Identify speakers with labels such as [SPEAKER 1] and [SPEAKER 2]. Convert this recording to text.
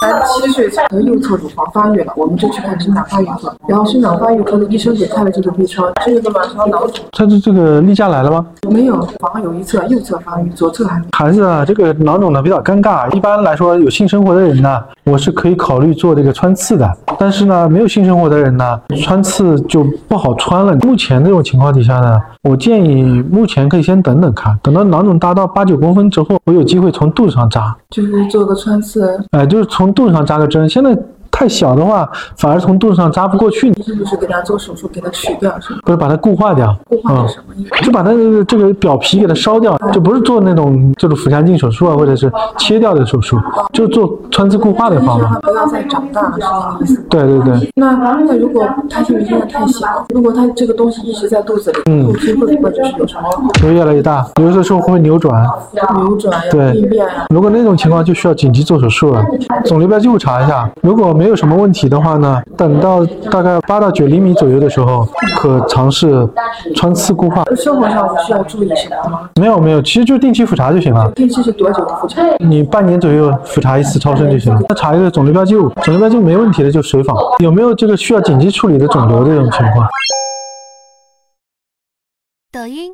[SPEAKER 1] 来七岁才右侧乳房发育了，我们就去看生长发育科，然后生长发育科的医生给开了这个 B 超，这是个卵巢脑组，
[SPEAKER 2] 他的这个例假来了吗？
[SPEAKER 1] 没有，房有一侧右侧发育，左侧还没有。
[SPEAKER 2] 孩子啊，这个囊肿呢比较尴尬。一般来说，有性生活的人呢，我是可以考虑做这个穿刺的。但是呢，没有性生活的人呢，穿刺就不好穿了。目前这种情况底下呢，我建议目前可以先等等看，等到囊肿大到八九公分之后，我有机会从肚子上扎，
[SPEAKER 1] 就是做个穿刺，
[SPEAKER 2] 呃，就是从肚子上扎个针。现在太小的话，反而从肚子上扎不过去，
[SPEAKER 1] 医生就是给他做手术，给他取掉是吗？
[SPEAKER 2] 不是把它固化掉。
[SPEAKER 1] 固化
[SPEAKER 2] 嗯
[SPEAKER 1] 是什么意思？
[SPEAKER 2] 就把它的这个表皮给它烧掉，就不是做那种这种腹腔镜手术啊，或者是切掉的手术，就做穿刺固化的方
[SPEAKER 1] 让
[SPEAKER 2] 法
[SPEAKER 1] 他。不要再长大了，是这个意思。
[SPEAKER 2] 对对对，
[SPEAKER 1] 那那如果他因为现在太小，如果他这个东西一直在肚子里，
[SPEAKER 2] 嗯
[SPEAKER 1] 肚子会不会就是有什么
[SPEAKER 2] 就越来越大，有的时候会扭转。
[SPEAKER 1] 扭转呀、
[SPEAKER 2] 对
[SPEAKER 1] 病变呀？
[SPEAKER 2] 如果那种情况就需要紧急做手术了，总留标记物查一下。如果没有什么问题的话呢，等到大概八到九厘米左右的时候，可尝试穿刺固化。
[SPEAKER 1] 生活上我需要注意什么吗？
[SPEAKER 2] 没有没有，其实就定期复查就行了。
[SPEAKER 1] 定期是多久的复查？
[SPEAKER 2] 你半年左右复查一次超声就行了。那查一个肿瘤标记物，肿瘤标记物没问题的就随访。有没有这个需要紧急处理的肿瘤这种情况？
[SPEAKER 3] 抖音、